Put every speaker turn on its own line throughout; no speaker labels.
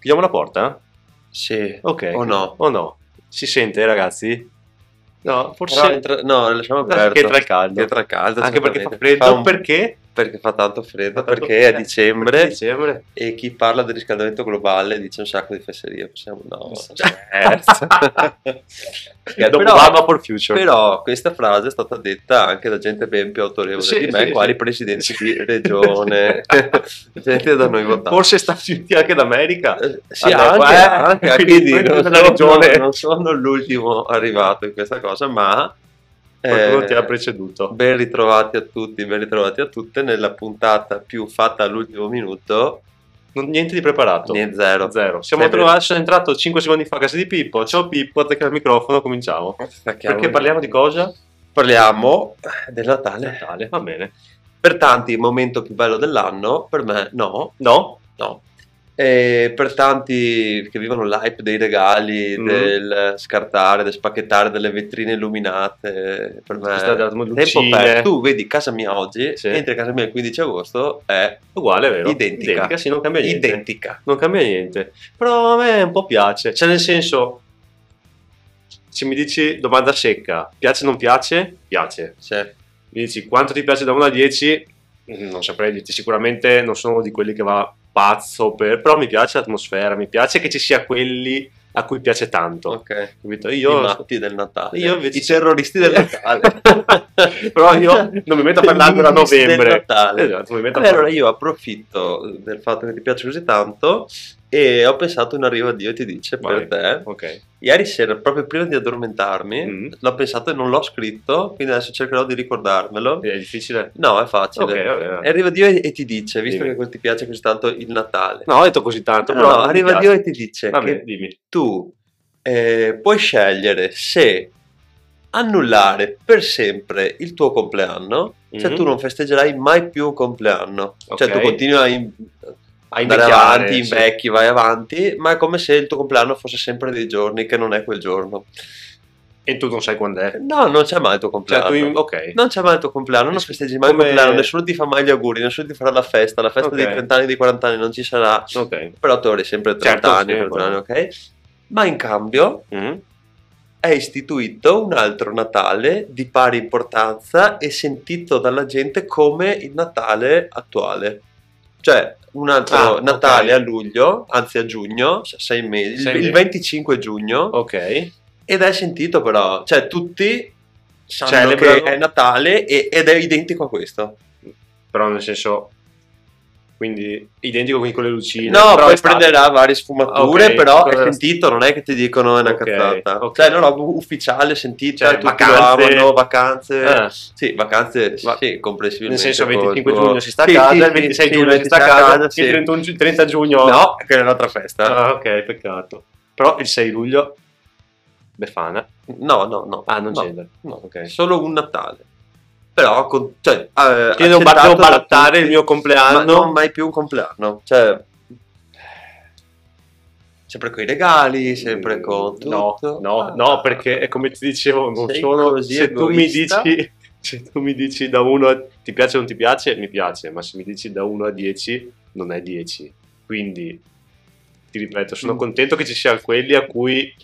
Chiudiamo la porta?
Sì.
Ok.
O no?
O no? Si sente, ragazzi? No, forse...
Però entra- No, lasciamo aperto.
Che entra il caldo.
Che entra il caldo.
Anche perché fa
sicuramente.
freddo,
un-
perché?
perché fa tanto freddo,
Fa tanto
perché è a
freddo.
dicembre,
Dicembre.
e chi parla del riscaldamento globale dice un sacco di fesserie. Possiamo... No, Cioè,
Scherzo.
Perché dopo
Però-
Obama for future.
però-
Però questa frase è stata detta anche da gente ben più autorevole
Sì,
di me,
sì,
quali
sì.
presidenti di regione, Eh, gente da noi votata.
Forse Stati Uniti anche d'America.
Eh, sì,
Allora,
anche,
eh,
anche, anche
quindi
lì, non,
quello della
sono,
regione.
non sono l'ultimo arrivato in questa cosa, ma
Qualcuno
eh,
ti ha preceduto.
ben ritrovati a tutti, ben ritrovati a tutte nella puntata più fatta all'ultimo minuto,
Non- niente di preparato.
niente zero.
Zero. Siamo
Sempre-
trovati, sono entrato 5 secondi fa a casa di Pippo. Ciao Pippo, attacca il microfono, cominciamo. Perché parliamo di cosa?
Parliamo del Natale.
Natale, va bene.
Per tanti il momento più bello dell'anno, per me no,
No?
no. E per tanti che vivono l'hype dei regali,
Mm.
del scartare, del spacchettare delle vetrine illuminate, per me
Questa della
tempo
lucine.
perso. Tu vedi casa mia oggi,
Sì.
entri a casa mia il 15 agosto, è
Uguale, vero?
Identica.
sì, non cambia niente.
identica.
Non cambia niente. Però a me un po' piace. Cioè, nel senso, se mi dici domanda secca, piace o non piace? Piace.
Cioè,
Mi dici quanto ti piace da 1 a 10? Mm, Non saprei dirti, sicuramente non sono di quelli che va pazzo per... Però mi piace l'atmosfera, mi piace che ci sia quelli a cui piace tanto.
ok.
Capito?
Io, I
Io...
matti del Natale,
io invece-
i terroristi del Natale.
Però io non mi metto a parlarne da
I terroristi del
novembre.
Natale.
Esatto, non mi metto a
Allora,
parlare-
io approfitto del fatto che ti piace così tanto e ho pensato un arrivo a Dio ti dice
Vai.
per te.
Ok.
Ieri sera, proprio prima di addormentarmi,
Mm.
l'ho pensato e non l'ho scritto, quindi adesso cercherò di ricordarmelo.
È difficile?
No, eh, è facile.
Ok, va bene.
E arriva Dio e, e ti dice, visto
Dimmi.
che ti piace così tanto il Natale.
No, ho detto così tanto,
No,
però...
no,
non mi
arriva
piace.
Dio e ti dice
Va
che
bene, dimmi.
tu eh, puoi scegliere se annullare per sempre il tuo compleanno, cioè
Mhm.
tu non festeggerai mai più un compleanno, cioè
Ok.
tu continui a, in-
A
andare
invecchiare,
avanti,
sì.
invecchi, vai avanti, ma è come se il tuo compleanno fosse sempre dei giorni che non è quel giorno.
E tu non sai quando è.
No, non c'è mai il tuo
Cioè,
compleanno.
tu... in- Ok.
Non c'è mai il tuo compleanno, non
Es-
festeggi mai
come-
il compleanno, nessuno ti fa mai gli auguri, nessuno ti farà la festa, la festa
Ok.
dei 30 anni, dei 40 anni non ci sarà,
Ok.
però tu avrai sempre 30
Certo,
anni,
sì,
40
quello.
anni, ok? Ma in cambio
Mm.
è istituito un altro Natale di pari importanza e sentito dalla gente come il Natale attuale. Cioè, un altro
Ah, ok.
Natale a luglio, anzi a giugno, cioè sei mesi,
Sei
il, il
mesi.
25 giugno,
Ok.
ed è sentito però, cioè tutti sanno
Celebrano.
che è Natale e- ed è identico a questo.
Però nel senso... Quindi identico quindi con le lucine.
no,
però
poi
è stato-
prenderà varie sfumature,
Ok,
però è
cosa-
sentito, non è che ti dicono è una
Ok,
cazzata.
ok.
Cioè, è una roba ufficiale, sentita,
Cioè,
tutti
vacanze.
lo amano, vacanze...
Ah,
Sì, vacanze,
Va-
sì, complessivamente.
nel senso
col
25
tuo-
giugno si sta a
Sì,
casa,
sì,
il
sì,
26
sì,
giugno si sta a casa,
sì.
il 31 giu- 30 giugno...
No, che è un'altra festa.
Ah, ok, peccato. Però il 6 luglio... Befana.
No, no, no.
Ah, non
no,
c'entra.
no.
Ok.
Solo un Natale. Però, con, cioè, eh,
Io devo, ba-
accettato
devo
da
barattare il
tutti,
mio
ma
compleanno.
non mai più un compleanno. Cioè, sempre con i regali, sempre con
Mm. Eh, No,
tutto.
no,
Ah.
no, perché è come ti dicevo, non
Sei
sono
così
se tu, mi
egoista?
dici, se tu mi dici da 1 a ti piace o non ti piace, mi piace, ma se mi dici da 1 a 10 non è 10. Quindi ti ripeto, sono
Mm.
contento che ci siano quelli a cui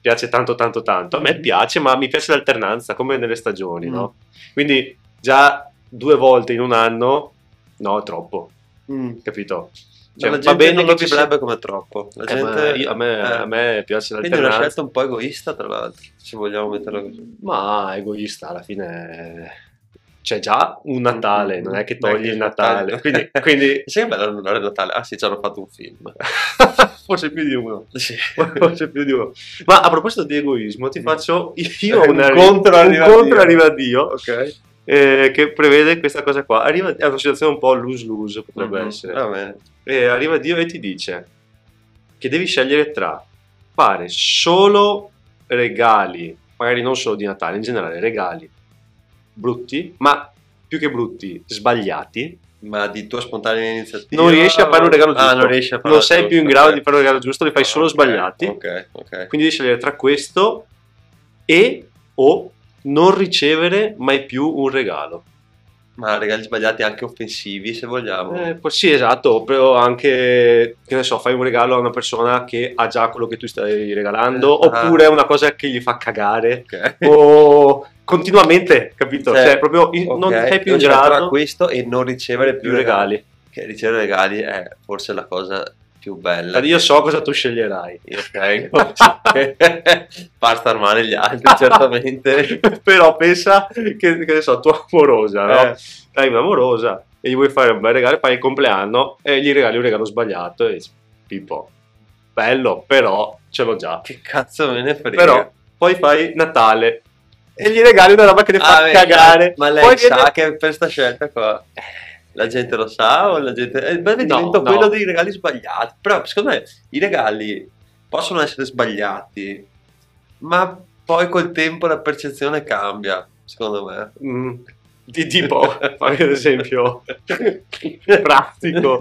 piace tanto tanto tanto. A me piace, ma mi piace l'alternanza come nelle stagioni,
Mm.
no? Quindi già due volte in un anno no, è troppo,
Mm.
capito?
Cioè,
Cioè,
la
va
gente
bene
non lo
che ci sia-
vibrerebbe come troppo. La
Eh,
gente,
ma io- a, me,
eh,
a me piace
Quindi è una
l'alternanza.
scelta un po' egoista, tra l'altro, se vogliamo metterla così.
Ma egoista alla fine eh, c'è già
Mm,
un Natale, non è che togli
Ecco,
il
esatto.
Natale. Quindi, quindi
Sai che bello annullare il Natale? Ah sì, ci hanno fatto un film.
forse più di uno.
Sì.
Forse più di uno. Ma a proposito di egoismo, ti faccio io
Un
un, arri-
contro
un
arriva
contro
Dio.
arriva a Dio
Ok.
eh, che prevede questa cosa qua. Arriva è una situazione un po' lose-lose, potrebbe
Mhm.
essere.
Va bene.
E arriva Dio e ti dice che devi scegliere tra fare solo regali, magari non solo di Natale, in generale regali brutti, ma più che brutti, sbagliati.
Ma di tua spontanea iniziativa...
Non riesci a fare un regalo giusto.
Ah, non riesci a fare
Non sei più in grado di fare un regalo giusto, li fai
fare
solo sbagliati.
Ah, Ok, ok.
Quindi devi scegliere tra questo e o non ricevere mai più un regalo.
Ma regali sbagliati anche offensivi, se vogliamo.
Eh, poi sì, esatto, però anche, che ne so, fai un regalo a una persona che ha già quello che tu stai regalando,
Eh,
oppure è una cosa che gli fa cagare,
Ok.
o continuamente, capito?
Cioè,
Cioè, proprio in- non
Ok,
sei più in
io gioco tra
grado di
questo e non ricevere più
più regali.
Che ricevere regali è forse la cosa più bella.
Io so cosa tu sceglierai.
Ok. Far star male gli altri, certamente.
Però pensa che, che ne so, tua amorosa, no?
Eh,
Hai un'amorosa e gli vuoi fare un bel regalo, fai il compleanno e gli regali un regalo sbagliato e dici, tipo, bello, però ce l'ho già.
che cazzo me ne frega.
Però poi fai Natale e gli regali una roba che le fa
Ah, beh,
cagare.
Ma lei
Poi
sa
viene-
che per sta scelta qua la gente lo sa o la gente... eh, È il bel
No, no.
divento quello dei regali sbagliati. Però secondo me i regali possono essere sbagliati, ma poi col tempo la percezione cambia, secondo me.
Mm, di tipo, fammi un esempio pratico.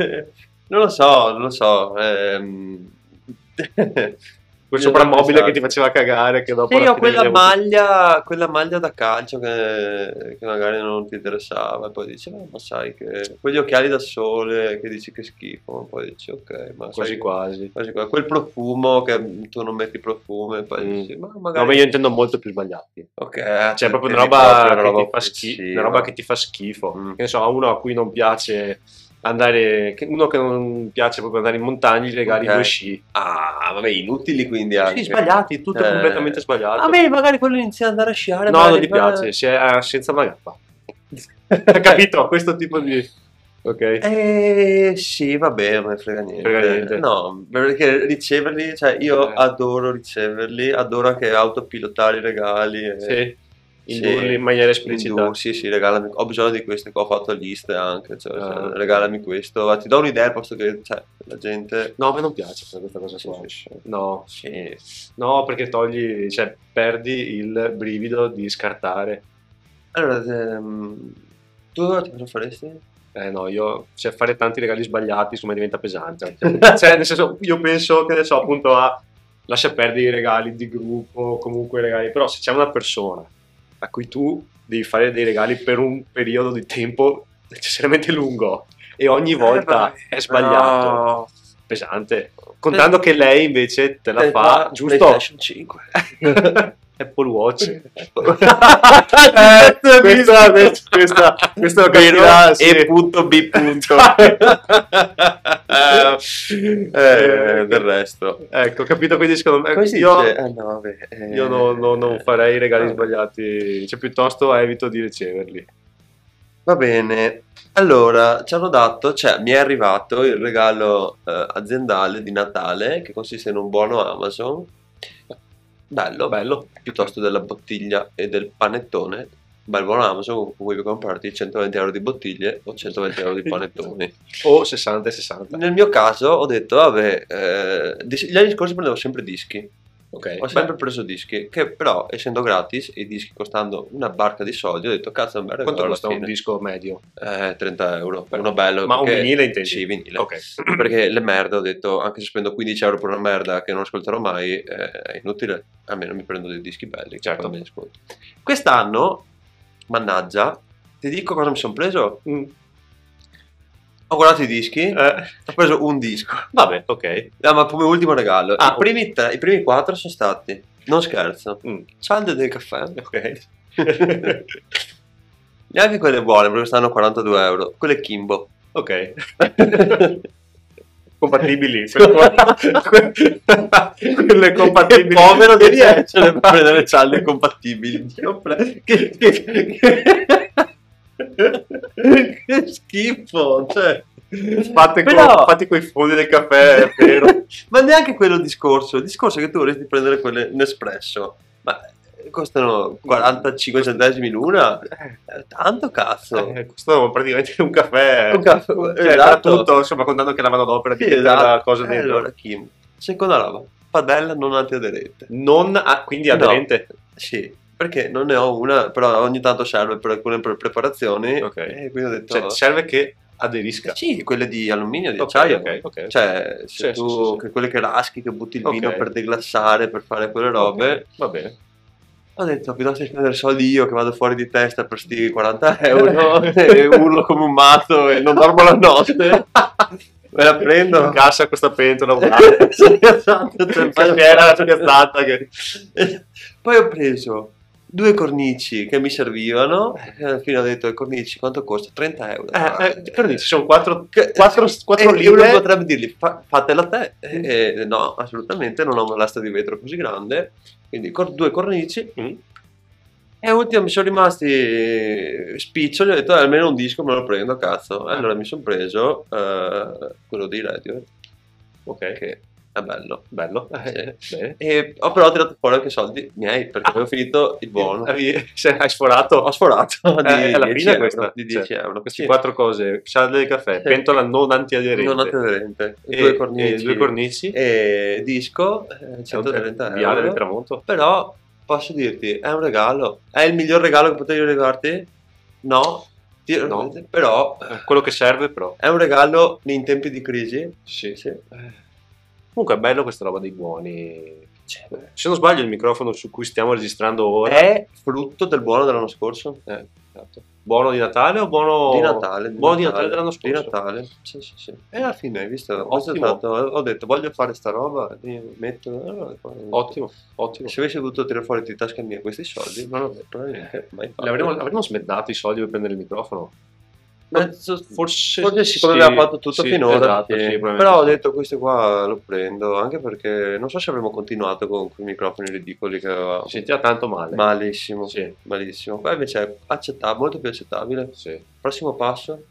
Non lo so, non lo so. ehm. Esatto,
Quel soprammobile che ti faceva cagare che dopo...
Sì,
alla
ho
fine
quella
gli ha avuto-
maglia, quella maglia da calcio che, che magari non ti interessava, e poi dici, "No, ma sai che quegli occhiali da sole che dici che schifo, ma poi dici, ok, ma
Quasi
sai-
quasi.
quasi qua. quel profumo che tu non metti profumo, e poi
Mm.
dici, ma magari,
No, ma io intendo molto più sbagliati.
ok,
Cioè, è proprio una
quindi
roba,
proprio
che, ti fa schi-
offensiva.
una roba che ti fa schifo.
Mm.
Che ne so, a uno a cui non piace andare, che- uno che non piace proprio andare in montagna, gli regali
Ok.
due sci.
Ah, vabbè, inutili quindi
Sì,
anche.
sbagliati, tutto
Eh.
completamente sbagliato.
A me magari quello inizia ad andare a sciare,
no,
magari-
non gli
ma-
piace, si è eh, senza una gamba. Hai capito? Questo tipo di... Ok.
Eh sì, va bene, non me ne frega niente.
Frega niente.
No, perché riceverli, cioè io
Eh.
adoro riceverli, adoro anche autopilotare i regali. e-
Sì.
Sì.
Indurli in maniera esplicita.
Indu- sì, sì, regalami. Ho bisogno di queste qua, ho fatto liste anche, cioè,
Ah,
cioè,
ok.
regalami questo, ma ti do un'idea piuttosto che cioè, la gente...
No, a me non piace fare questa cosa qua.
Sì, sì, sì.
No.
Sì.
No, perché togli, cioè, perdi il brivido di scartare.
Allora, ehm, tu cosa faresti?
Eh no, io, cioè, fare tanti regali sbagliati, insomma, diventa pesante. Cioè, cioè, nel senso, io penso, che ne so, appunto a lascia perdere i regali di gruppo, comunque i regali, però se c'è una persona a cui tu devi fare dei regali per un periodo di tempo necessariamente lungo e ogni volta è sbagliato,
No.
pesante, contando che lei invece te la
Eh,
fa,
qua,
giusto?
PlayStation 5.
Apple Watch.
Eh,
questa, questa, questa, questa lo
Vero?
capirà, sì.
E punto B punto. Eh, del resto.
Ecco, capito? Quindi secondo me
Come si
io,
dice? Ah, no, vabbè, eh,
io non, non- non farei i regali
eh,
sbagliati, cioè piuttosto evito di riceverli.
Va bene. Allora, ci hanno dato, cioè mi è arrivato il regalo eh, aziendale di Natale che consiste in un buono Amazon. Bello,
Bello.
piuttosto della bottiglia e del panettone. Bel buono Amazon con cui puoi comprarti 120 euro di bottiglie o 120 euro di panettoni.
O 60 e 60.
Nel mio caso ho detto, vabbè, eh, dis- gli anni scorsi prendevo sempre dischi,
Ok.
ho sempre preso dischi, che però essendo gratis e i dischi costando una barca di soldi, ho detto, cazzo, è un bel
Beh,
regalo
quanto
alla
costa un
fine.
disco medio?
Eh, 30 euro, per uno bello.
Ma un
perché-
vinile intendi?
Sì, vinile.
Ok.
Perché le merde, ho detto, anche se spendo 15 euro per una merda che non ascolterò mai, eh, è inutile, almeno mi prendo dei dischi belli,
Certo.
certo, me li ascolto. Quest'anno, mannaggia, ti dico cosa mi sono preso?
Mm.
Ho guardato i dischi,
Eh,
ho preso un disco.
vabbè, ok.
No, ma come ultimo regalo.
Ah,
I, primi tre- I primi quattro sono stati, non scherzo,
Mm.
cialde del caffè.
Ok.
Neanche quelle buone, perché stanno a 42 euro. Quelle Kimbo.
ok. compatibili. quelle- quelle compatibili.
Che povero che riesce a prendere cialde compatibili. Dio pre- che, che- che- che schifo. Cioè.
Fate con,
Però-
fate coi fondi del caffè, è vero.
Ma neanche quello discorso. Il discorso è che tu vorresti prendere quelle Nespresso, ma eh, costano 45 centesimi l'una. Eh, Tanto cazzo.
Eh, costano praticamente un caffè,
Un caffè,
cioè,
esatto.
tra tutto, insomma, contando che la manodopera di
Sì,
tutta la
esatto.
cosa
Eh,
dentro.
Allora, Kim, seconda roba, padella non antiaderente.
Non ha- quindi aderente.
Sì, perché non ne ho una, però ogni tanto serve per alcune pre- preparazioni.
Ok.
E quindi ho detto...
Cioè, serve che aderisca.
Sì, quelle di alluminio, di
Ok,
acciaio.
ok, ok.
Cioè, se
Sì,
tu,
sì, sì, sì.
Che quelle che raschi, che butti il
Ok.
vino per deglassare, per fare quelle robe,
Ok, Va bene.
Ho detto, piuttosto che spendere soldi io che vado fuori di testa per sti 40 euro e urlo come un matto e non dormo la notte, me la prendo.
Incassa questa pentola. guarda. Eh,
Sì, esatto, cioè,
Perché era la spiazzata che...
Poi ho preso due cornici che mi servivano e alla fine ho detto, cornici quanto costa? 30 euro.
Eh, eh, però dici, sono quattro,
Che- eh,
quattro, quattro Mm.
e uno
lire.
potrebbe dirgli "Fa- fatela te E- e no assolutamente non ho una lastra di vetro così grande quindi cor- due cornici
Mm.
e ultimo mi sono rimasti eh, spiccioli ho detto "Eh, almeno un disco me lo prendo cazzo
Ah.
e allora mi sono preso eh, quello di Radiohead
Ok,
che è bello
bello.
Eh, Sì.
Bene.
e ho però tirato fuori anche i soldi miei perché
Ah.
avevo finito il buono
Hai se- hai sforato
ho sforato di
Eh, è la
10
fine
euro,
questa,
di
cioè,
10 euro
queste
Sì,
quattro cose. Scialle del caffè,
Sì.
pentola non antiaderente.
non aderente
e,
due cornici
e due cornici.
e disco eh, 130
Viale del
euro
tramonto.
però posso dirti è un regalo è il miglior regalo che potevi regalarti no, Ti-
No.
però
Eh, Quello che serve però.
è un regalo in tempi di crisi
Sì.
sì.
Comunque è bello questa roba dei buoni. Se non sbaglio il microfono su cui stiamo registrando ora
Cioè, è frutto del buono dell'anno scorso
Eh, esatto. buono di Natale o buono
Oh, di Natale
buono di Natale dell'anno
di
scorso.
Natale sì, sì, sì. e alla fine hai visto
Ottimo.
questo è stato- ho detto voglio fare sta roba li metto eh, poi-
Ottimo, ottimo.
se avessi potuto tirare fuori di tasca mia questi soldi non l'avrei probabilmente mai fatto
Le Avremmo, avremmo smezzato i soldi per prendere il microfono.
Mezzo-
Forse,
Forse siccome
sì,
aveva fatto tutto
sì,
finora,
esatto,
sì.
sì, probabilmente
però ho
sì.
detto questo qua lo prendo anche perché non so se avremmo continuato con quei microfoni ridicoli che avevamo.
Si sentiva tanto male.
Malissimo,
Sì,
malissimo. Qua invece è accettabile, molto più accettabile.
sì.
Prossimo passo?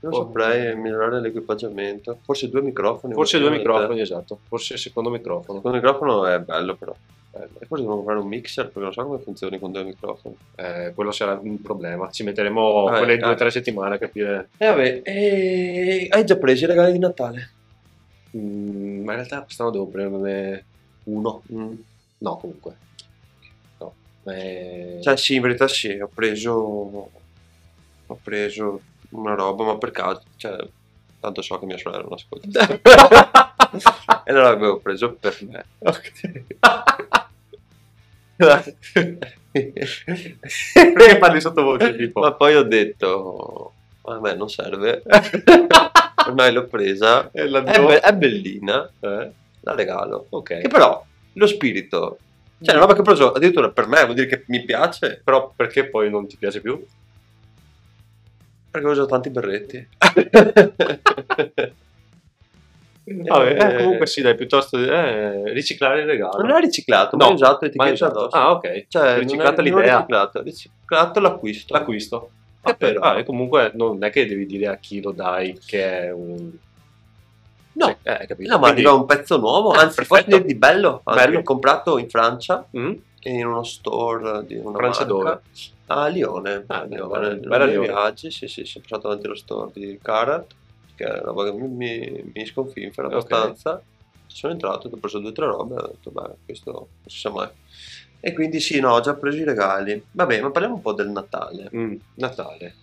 Non
Oh.
saprei migliorare l'equipaggiamento. Forse due microfoni.
Forse due
veramente.
microfoni, esatto. Forse il secondo
Il
microfono.
secondo microfono è bello però. E forse dobbiamo comprare un mixer perché non so come funzioni con due microfoni.
Eh, quello sarà un problema. Ci metteremo
Eh,
quelle
eh.
due o tre settimane a capire.
E vabbè, e- hai già preso i regali di Natale?
Mm, ma in realtà quest'anno devo prenderne uno.
Mm.
No, comunque. No. Eh,
Cioè, sì, in verità sì, ho preso. Ho preso una roba, ma per caso. Cioè, tanto so che mia sorella non ascolta. e allora avevo preso per me.
ok.
Perché
parli sottovoce, tipo?
Ma poi ho detto. Vabbè, non serve. Ormai l'ho presa.
E la
È, be- è bellina,
Eh,
la regalo.
Ok.
Che però lo spirito. Cioè, è una roba che ho preso addirittura per me, vuol dire che mi piace.
Però perché poi non ti piace più?
Perché ho usato tanti berretti.
Vabbè, eh,
Eh,
comunque sì, dai, piuttosto eh, riciclare il regalo.
Non l'ho riciclato,
No,
ma ho usato
Ma-
etichetta addosso.
Ah, ok.
Cioè, non è-
riciclata
non ho
l'idea.
riciclato, ho riciclato l'acquisto.
L'acquisto.
Che
Ah, per-
però-
ah, e comunque non è che devi dire a chi lo dai che è un...
No.
Cioè, eh, hai capito?
No, ma
Quindi-
arriva un pezzo nuovo,
Eh,
anzi,
perfetto.
posso dire di bello. anche,
Bello.
comprato in Francia,
Mm?
in uno store di una
Francia
marca.
dove?
A Lione.
Ah,
a
beh,
Lione.
bella-
Nei
bella
miei
Lione.
viaggi, sì, sì, sono passato davanti allo store di Carat, che è una roba che mi, mi, mi sconfinfera
Ok.
abbastanza. Sono entrato, ho preso due o tre robe, ho detto, beh, questo non si sa mai. E quindi sì, no, ho già preso i regali. Vabbè, ma parliamo un po' del Natale.
Mm, Natale.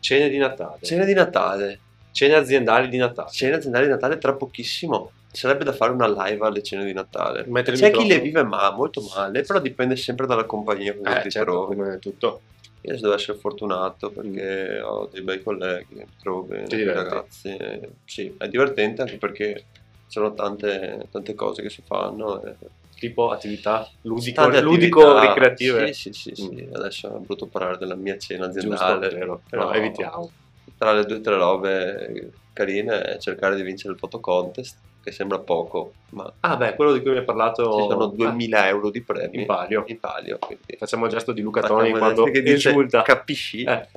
Cene di Natale.
Cena di Natale.
Cene aziendali di Natale.
Cena aziendale di Natale tra pochissimo. Sarebbe da fare una live alle cene di Natale.
Mettere il
C'è chi
microfono.
le vive ma molto male, però dipende sempre dalla compagnia con cui
Eh,
ti
certo,
trovi.
come tutto.
Io devo essere fortunato perché ho dei bei colleghi, mi trovo bene,
Mm. Ti
dei
diverti.
ragazzi. eh, Sì, è divertente anche perché sono tante, tante cose che si fanno. e-
Tipo attività ludico,
tante
ludico
attività.
ricreative.
Sì, sì, sì, sì.
Mm.
Adesso è brutto parlare della mia cena
Giusto,
aziendale.
vero.
però-
No, evitiamo.
tra le due o tre robe carine è cercare di vincere il photo contest, che sembra poco, ma
Ah, beh, quello di cui mi hai parlato.
ci sono 2000 euro di
Ah,
premi
in palio.
in palio, quindi
Facciamo il gesto di Luca
facciamo
Toni
vedere
quando
che dice,
risulta.
capisci?
Eh,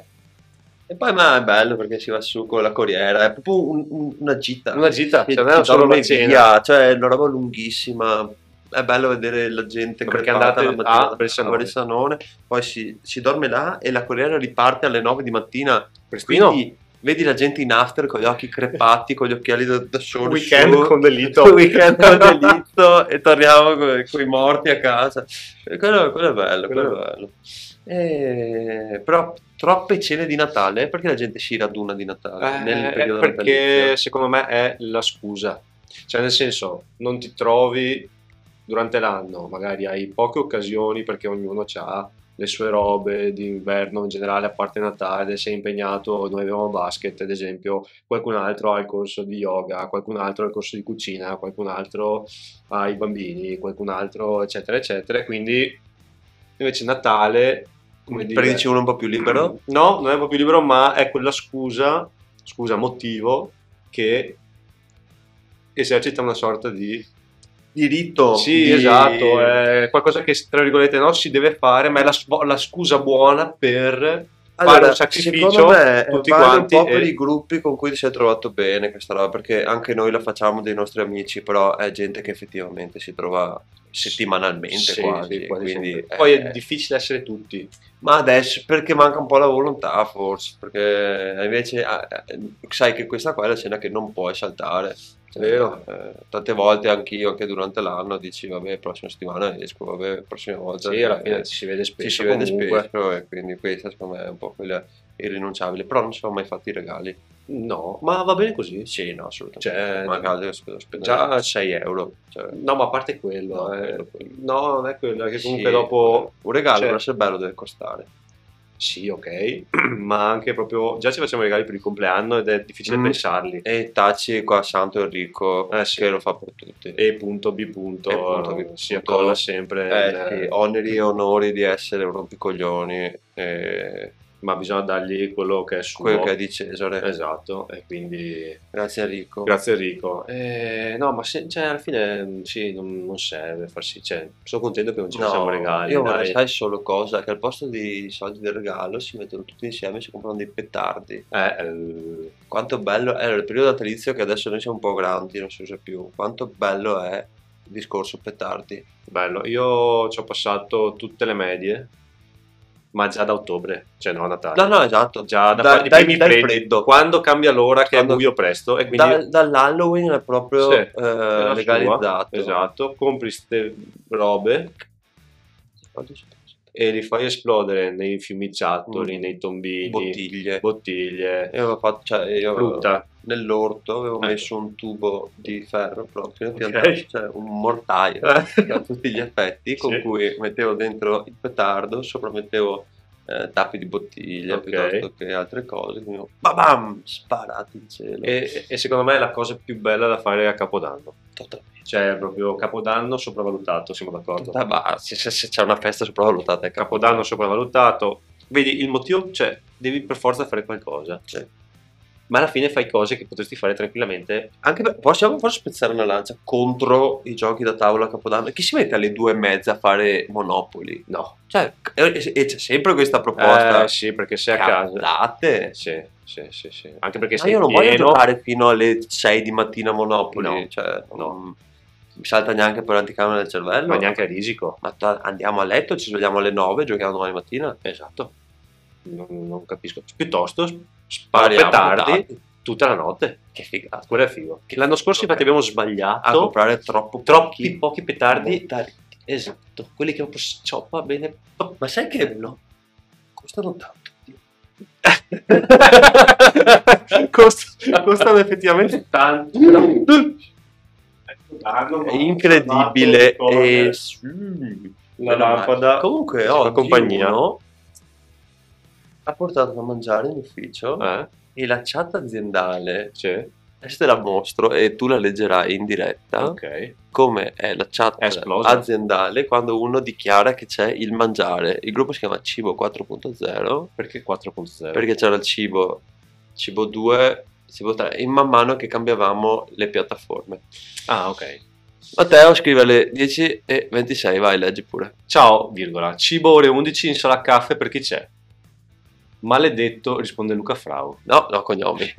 E poi ma è bello perché si va su con la corriera, è proprio un- un- una gita.
una gita,
Che
cioè, non è
ti
solo
dorme
una cena.
via, cioè è una roba lunghissima. È bello vedere la gente
Perché
crepata
andate
la mattina
a
da-
Bressanone.
a Bressanone, poi si, si dorme là e la corriera riparte alle 9 di mattina
Prestino,
quindi vedi la gente in after con gli occhi crepati, con gli occhiali da, da soli.
weekend
su.
con delitto.
Weekend con delitto e torniamo con, i morti a casa. E Quello, quello è bello, quello, è bello. E- Però troppe cene di Natale, perché la gente si raduna di Natale?
Eh,
nel periodo
perché
natalizio?
secondo me è la scusa. Cioè, nel senso, non ti trovi durante l'anno magari hai poche occasioni perché ognuno ha le sue robe d'inverno in generale, a parte Natale, sei impegnato, noi abbiamo basket ad esempio, qualcun altro ha il corso di yoga, qualcun altro ha il corso di cucina, qualcun altro ha i bambini, qualcun altro eccetera eccetera, quindi invece Natale... Come dire, mm.
Perché dici uno un po' più libero?
Ah, No, non è proprio libero, ma è quella scusa, scusa, motivo che esercita una sorta di
Diritto.
sì,
di- eh.
esatto, è qualcosa che tra virgolette no, si deve fare, ma è la, sbo- la scusa buona per fare un sacrificio,
secondo me, eh,
tutti
vale
quanti
un po'
e-
per i gruppi con cui si è trovato bene questa roba, perché anche noi la facciamo dei nostri amici, però è gente che effettivamente si trova settimanalmente
Sì,
quasi,
sì, quasi
quindi,
sempre.
eh,
Poi è difficile essere tutti.
ma adesso perché manca un po' la volontà forse, perché invece ah, eh, sai che questa qua è la scena che non puoi saltare. Cioè,
Vero.
eh, tante volte anch'io, anche durante l'anno, dici vabbè, prossima settimana esco, vabbè, prossima volta.
Sì, alla
eh,
fine ci si vede spesso.
ci si vede
comunque.
spesso e quindi questa secondo me è un po' quella irrinunciabile, però non sono mai fatti i regali.
No, ma va bene così.
Sì, no, assolutamente.
Cioè,
Ma regali sp- sp-
già-
già 6 euro. Cioè,
no, ma a parte quello,
No,
eh,
quello, quello.
no, non è quello. Che comunque
sì,
dopo
Un regalo,
cioè-
per essere bello, deve costare.
sì, ok, ma anche proprio già ci facciamo i regali per il compleanno ed è difficile
Mm.
pensarli.
E tacci qua Santo Enrico,
Eh, sì. Eh,
che lo fa per tutti.
E punto B punto,
E punto B
si
punto.
accolla sempre.
Eh,
nel-
sì, oneri e onori di essere un rompicoglioni, eh,
ma bisogna dargli quello che è suo.
quello che è di Cesare.
Esatto, e quindi
Grazie Enrico.
grazie Enrico. Eh, no, ma se- cioè, alla fine mm, sì, non, non serve farsi, cioè, sono contento che non ci
No,
facciamo regali.
io
dai.
vorrei sai solo cosa, che al posto dei soldi del regalo si mettono tutti insieme e si comprano dei petardi.
Eh, eh,
Quanto bello era il periodo natalizio che adesso noi siamo un po' grandi, non si usa più. Quanto bello è il discorso petardi.
bello, io ci ho passato tutte le medie, ma già da ottobre, cioè no a Natale.
No, no, esatto.
Già da,
Da-
fare i
dai-
primi
dal
freddi,
freddo.
quando cambia l'ora che
Quando-
è buio presto e quindi
Da- dall'Halloween è proprio
Sì,
eh,
è la sua.
legalizzato.
esatto, compri ste robe
Quanto ci pensi?
e li fai esplodere nei fiumiciattoli,
Mm.
nei tombini,
Bottiglie.
bottiglie, eh,
Io avevo fatto, cioè, io avevo-
frutta.
nell'orto avevo
Ecco.
messo un tubo di ferro proprio,
Ok.
piantato, cioè un mortaio a tutti gli effetti, con
Sì.
cui mettevo dentro il petardo, sopra mettevo eh, tappi di bottiglia
Ok.
piuttosto che altre cose, quindi bam, bam sparati in cielo.
E, e secondo me è la cosa più bella da fare a Capodanno.
Totalmente.
Cioè, proprio Capodanno sopravvalutato, siamo d'accordo?
Tutta- ma se, se- se c'è una festa sopravvalutata è
Capodanno sopravvalutato. Vedi, il motivo, cioè, devi per forza fare qualcosa.
Sì.
Ma alla fine fai cose che potresti fare tranquillamente.
Anche per- possiamo forse spezzare una lancia contro i giochi da tavola a Capodanno. Chi si mette alle due e mezza a fare Monopoli?
No.
Cioè, e, e c'è sempre questa proposta.
Eh, sì, perché sei a casa.
Cazzate.
Sì, sì, sì, sì. Anche perché
Ma
sei
io non voglio
pieno.
giocare fino alle 6 di mattina a Monopoli,
No,
cioè,
no.
non mi salta neanche per l'anticamera del cervello.
Ma neanche a risico.
Ma ta- andiamo a letto, ci svegliamo alle 9, giochiamo domani mattina.
Esatto. Non, non capisco. Piuttosto spari
Spariamo
tardi
petardi.
tutta la notte.
Che figata.
Quello è figo. L'anno scorso infatti abbiamo sbagliato.
A comprare troppo
troppi pochi petardi
Esatto. petardi.
esatto quelli che proprio si cioppa bene
Ma sai che no? Costano tanto.
Costa- costano effettivamente tanto
È incredibile. E... sì.
la
Meno male.
lampada
Comunque,
ci
ho
fa compagnia.
ha portato da mangiare in ufficio
eh,
e la chat aziendale
c'è
Adesso te la mostro e tu la leggerai in diretta
ok
come è la chat
È esplosa.
aziendale quando uno dichiara che c'è il mangiare. Il gruppo si chiama Cibo 4.0
perché 4.0
perché c'era il cibo, cibo 2, cibo 3, in man mano che cambiavamo le piattaforme.
ah ok
Matteo scrive alle 10 e 26, vai, leggi pure.
ciao virgola cibo ore 11 in sala caffè per chi c'è maledetto risponde Luca Frau
No, no, cognomi.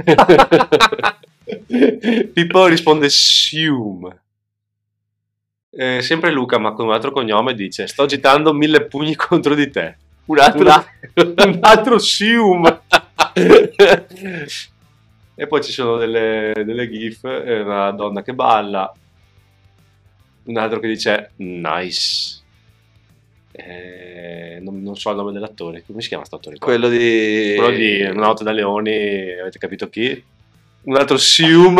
Pippo risponde Sium. Eh, sempre Luca, ma con un altro cognome, dice: Sto agitando mille pugni contro di te. Un altro,
Un
un altro Sium. e poi ci sono delle, delle gif. eh, Una donna che balla, un altro che dice nice. Eh, non, non so il nome dell'attore. Come si chiama questo attore? qua?
Quello di...
quello di Una notte da leoni, avete capito chi? Un altro Sium.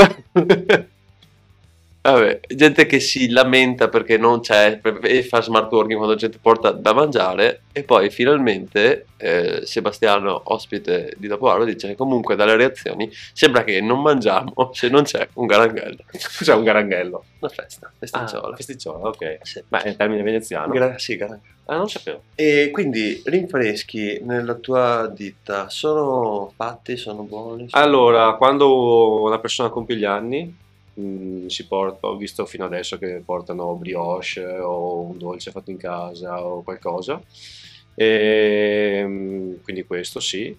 Vabbè, gente che si lamenta perché non c'è e fa smart working quando la gente porta da mangiare e poi finalmente eh, Sebastiano, ospite di Dopoarlo, dice che comunque dalle reazioni sembra che non mangiamo se non c'è un garanghello.
Cos'è Cioè, un garanghello?
Una festa,
Ah,
festicciola.
festicciola, ok.
Sì.
Beh, è il termine veneziano.
Gra- sì, garanghello.
ah, non sapevo.
E quindi rinfreschi nella tua ditta sono fatti, sono buoni? sono-
Allora, quando una persona compie gli anni, mh, si porta, ho visto fino adesso che portano brioche eh, o un dolce fatto in casa o qualcosa. E, mh, quindi questo sì.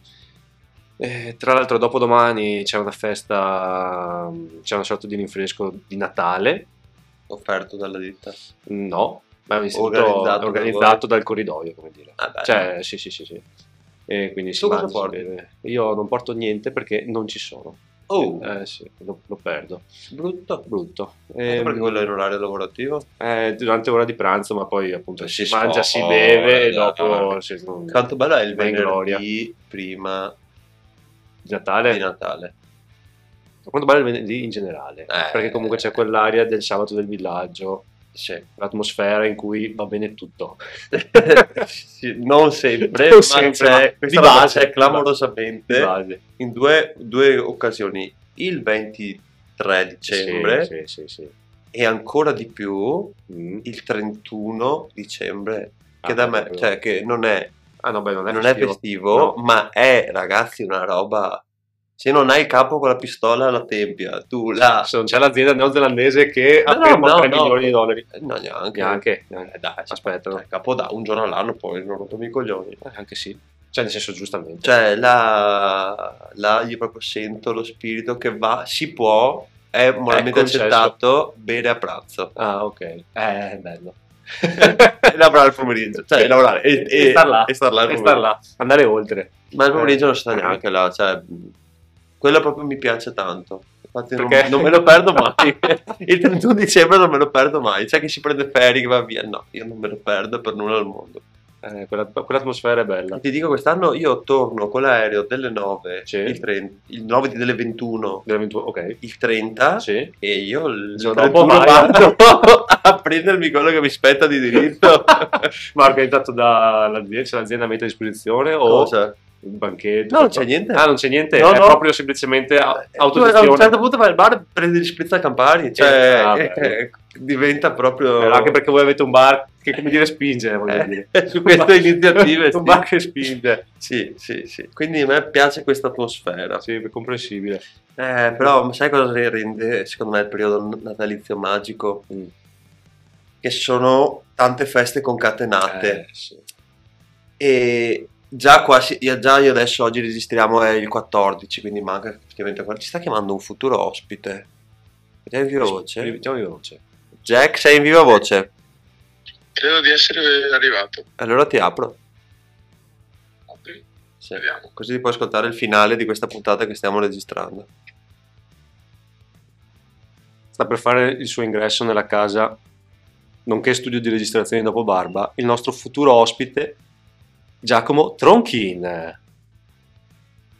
E, tra l'altro, dopodomani c'è una festa, mh, c'è una sorta di rinfresco di Natale.
offerto dalla ditta.
No, ma è un istituto
Organizzato da
organizzato dal corridoio, come dire.
Ah, beh.
Cioè, sì, sì, sì, sì. E quindi si
Tu cosa
mangia, si
porti?
beve. Io non porto niente perché non ci sono.
oh,
Eh, sì, lo, lo perdo.
brutto.
Brutto.
Ecco
Ehm,
perché quello è in orario lavorativo.
eh, durante ora di pranzo, ma poi appunto si,
Si
mangia, si
sfoga,
beve e
no,
dopo
no.
si-
Quanto bello è il
Va in gloria.
venerdì prima
di Natale.
di Natale.
Quanto bello il venerdì in generale,
Eh.
perché comunque c'è quell'area del sabato del villaggio,
Sì.
l'atmosfera in cui va bene tutto.
Sì, non sempre,
Non
ma
sempre,
c'è,
ma
questa
di
roba
base,
c'è
di
clamorosamente
Base.
in due, due occasioni. Il 23 dicembre
Sì, sì, sì, sì.
e ancora di più
Mm.
il 31 dicembre, che
Ah,
da me,
proprio.
cioè che non è,
Ah, no, beh, non è
non è
festivo.
festivo,
No.
ma è ragazzi una roba. Se non hai il capo con la pistola alla tempia, tu la.
Se non c'è l'azienda neozelandese che
No,
ha
no,
fermo
no,
3
no.
milioni di dollari.
Eh, No, neanche.
Neanche,
Eh,
neanche.
dai,
Aspettano.
cioè, Capodanno, un giorno all'anno poi non rompono i coglioni.
Eh, Anche sì. Cioè, nel senso, giustamente.
Cioè, là, là io proprio sento lo spirito che va, si può, è moralmente
concesso.
accettato bere a pranzo.
Ah, ok. Eh, è bello.
e lavorare il pomeriggio, cioè lavorare e,
E star là.
e star là il
E
pomeriggio.
star là, andare oltre.
Ma il pomeriggio
Eh.
non sta neanche là, cioè, quello proprio mi piace tanto. Infatti non,
Perché? Eh,
non me lo perdo mai. Il 31 dicembre non me lo perdo mai. C'è chi si prende ferie che va via. No, io non me lo perdo per nulla al mondo.
Eh, quella- quell'atmosfera è bella.
Ti dico, quest'anno io torno con l'aereo delle 9,
Sì.
il, 30, il 9 di- delle 21,
Della ventu- ok.
il 30
Sì.
e io il
giorno
31
dopo vai.
vado a prendermi quello che mi spetta di diritto.
Ma organizzato dall'azienda, c'è l'azienda mette a disposizione o
Cosa?
il banchetto?
No, non c'è niente.
Ah, non c'è niente,
No,
è
no.
proprio semplicemente a-
Eh, tu A un
autogestione.
certo punto vai al bar e prendi gli spizzacampari, cioè
Eh, vabbè.
eh, eh, diventa proprio...
Però Eh, anche perché voi avete un bar che, come dire, spinge, voglio
Eh,
dire.
su queste iniziative,
Un
sì.
bar che spinge.
Sì, sì, sì. Quindi a me piace questa atmosfera.
Sì, è comprensibile.
Eh, però sai cosa le rende, secondo me, il periodo natalizio magico?
Mm.
Che sono tante feste concatenate.
Eh, sì.
E già qua, si- io- già io adesso oggi registriamo è il 14, quindi manca effettivamente qualcosa. Ci sta chiamando un futuro ospite. Vediamo in viva voce.
Diciamo di veloce.
Jack, sei in viva voce.
Credo di essere arrivato.
Allora ti apro.
Apri?
Sì.
Vediamo.
Così ti puoi ascoltare il finale di questa puntata che stiamo registrando.
Sta per fare il suo ingresso nella casa, nonché studio di registrazione dopo Barba, il nostro futuro ospite Giacomo Tronchin,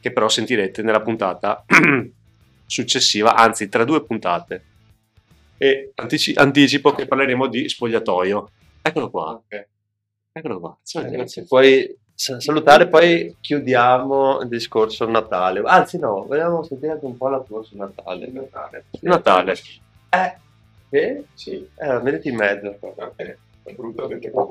che però sentirete nella puntata successiva, anzi tra due puntate. E antici- anticipo che parleremo di spogliatoio. Eccolo qua, eccolo qua. Ciao,
Ragazzi,
ragazzi.
Ah, puoi sa- salutare, poi chiudiamo il discorso Natale. Anzi, no, volevamo sentire anche un po' la tua su Natale. Natale.
Natale.
Eh, che?
Sì, Eh,
Eh, mettiti in mezzo.
è brutto avete qua.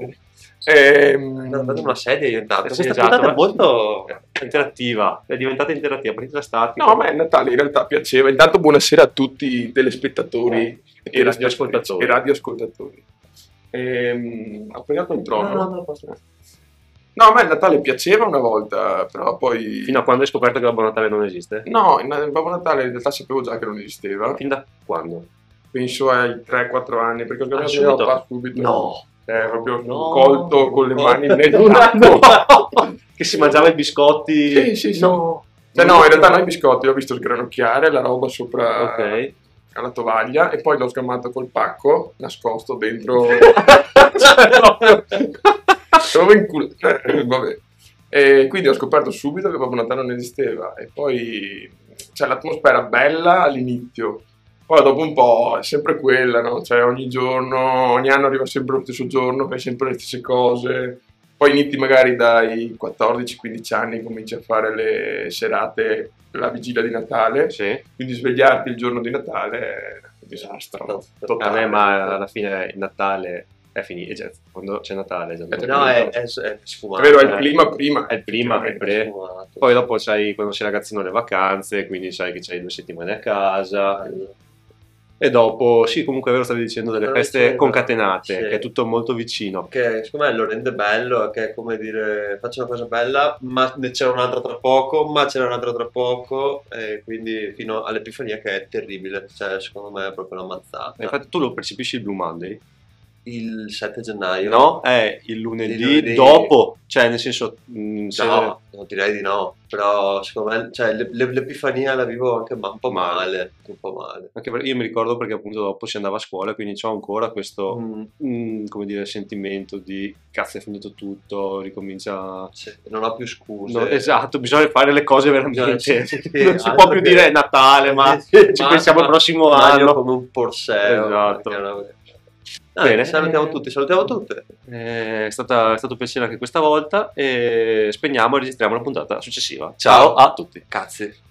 Ehm,
No, vado una sedia io intanto.
sì,
Questa
esatto,
puntata è
ma-
molto...
interattiva, è diventata interattiva, partita statica.
No, a me Natale in realtà piaceva. Intanto buonasera a tutti i telespettatori
E radioascoltatori.
e radioascoltatori. Ehm, ho pregato il trono.
Ah.
No, a me Natale piaceva una volta, però poi...
Fino a quando hai scoperto che Babbo Natale non esiste?
No, in- il Babbo Natale in realtà sapevo già che non esisteva.
Fin da quando?
Penso ai 3-4 anni, perché ho
Ah,
sbagliato
subito?
papà subito.
No.
Cioè, proprio
No.
colto con le mani nel
No.
naso.
che si mangiava i biscotti.
Sì, sì, sì.
No.
Cioè, no, in realtà non i biscotti, ho visto il granocchiare, la roba sopra
Ok.
alla tovaglia e poi l'ho sgamato col pacco nascosto dentro. Stavo in culo. Eh, Vabbè. E quindi ho scoperto subito che Babbo Natale non esisteva e poi c'è l'atmosfera bella cioè, all'inizio Poi dopo un po' è sempre quella, no? Cioè ogni giorno, ogni anno arriva sempre lo stesso giorno, fai sempre le stesse cose. Poi inizi magari dai 14-15 anni, cominci a fare le serate la vigilia di Natale.
Sì.
Quindi svegliarti il giorno di Natale è un disastro.
No, Eh,
A
totale.
me, ma alla fine il Natale è finito. Cioè, quando c'è Natale, già-
Eh,
No, è, è, è sfumato. eh.
È vero, è il clima eh. prima.
è il prima, è il pre.
sfumato.
Poi dopo c'hai, quando sei ragazzino, le vacanze, quindi sai che c'hai due settimane a casa. E dopo, sì, comunque è vero, stavi dicendo delle
Però
feste
c'è-
concatenate,
sì.
che è tutto molto vicino.
Che secondo me lo rende bello, che è come dire faccio una cosa bella, ma ne c'è un'altra tra poco, ma c'è un'altra tra poco, e quindi fino all'epifania che è terribile, cioè secondo me è proprio una mazzata.
E Infatti, tu lo percepisci il Blue Monday?
Il 7 gennaio, Eh,
No, è il lunedì,
Il lunedì.
dopo, cioè, nel senso, mh, se-
No, non direi di no, però secondo me cioè, le- le- l'epifania la vivo anche ma un po' male, un po' male.
anche perché io mi ricordo perché appunto dopo si andava a scuola, quindi c'ho ancora questo
Mm,
mh, come dire, sentimento di cazzo, è finito tutto, ricomincia.
sì, cioè, non ho più scuse.
No, esatto, bisogna fare le cose veramente.
Bisogna- sì, sì,
non si
altro
può più
che-
dire Natale, ma
Sì,
ci
ma-
pensiamo
ma-
al prossimo
Mario
anno.
come un porseo.
Esatto.
perché è una-
Bene.
Dai, salutiamo tutti, salutiamo tutte.
Eh, È, stata- è stato un piacere anche questa volta e spegniamo e registriamo la puntata successiva. Ciao
Ciao.
a tutti.
Cazzi.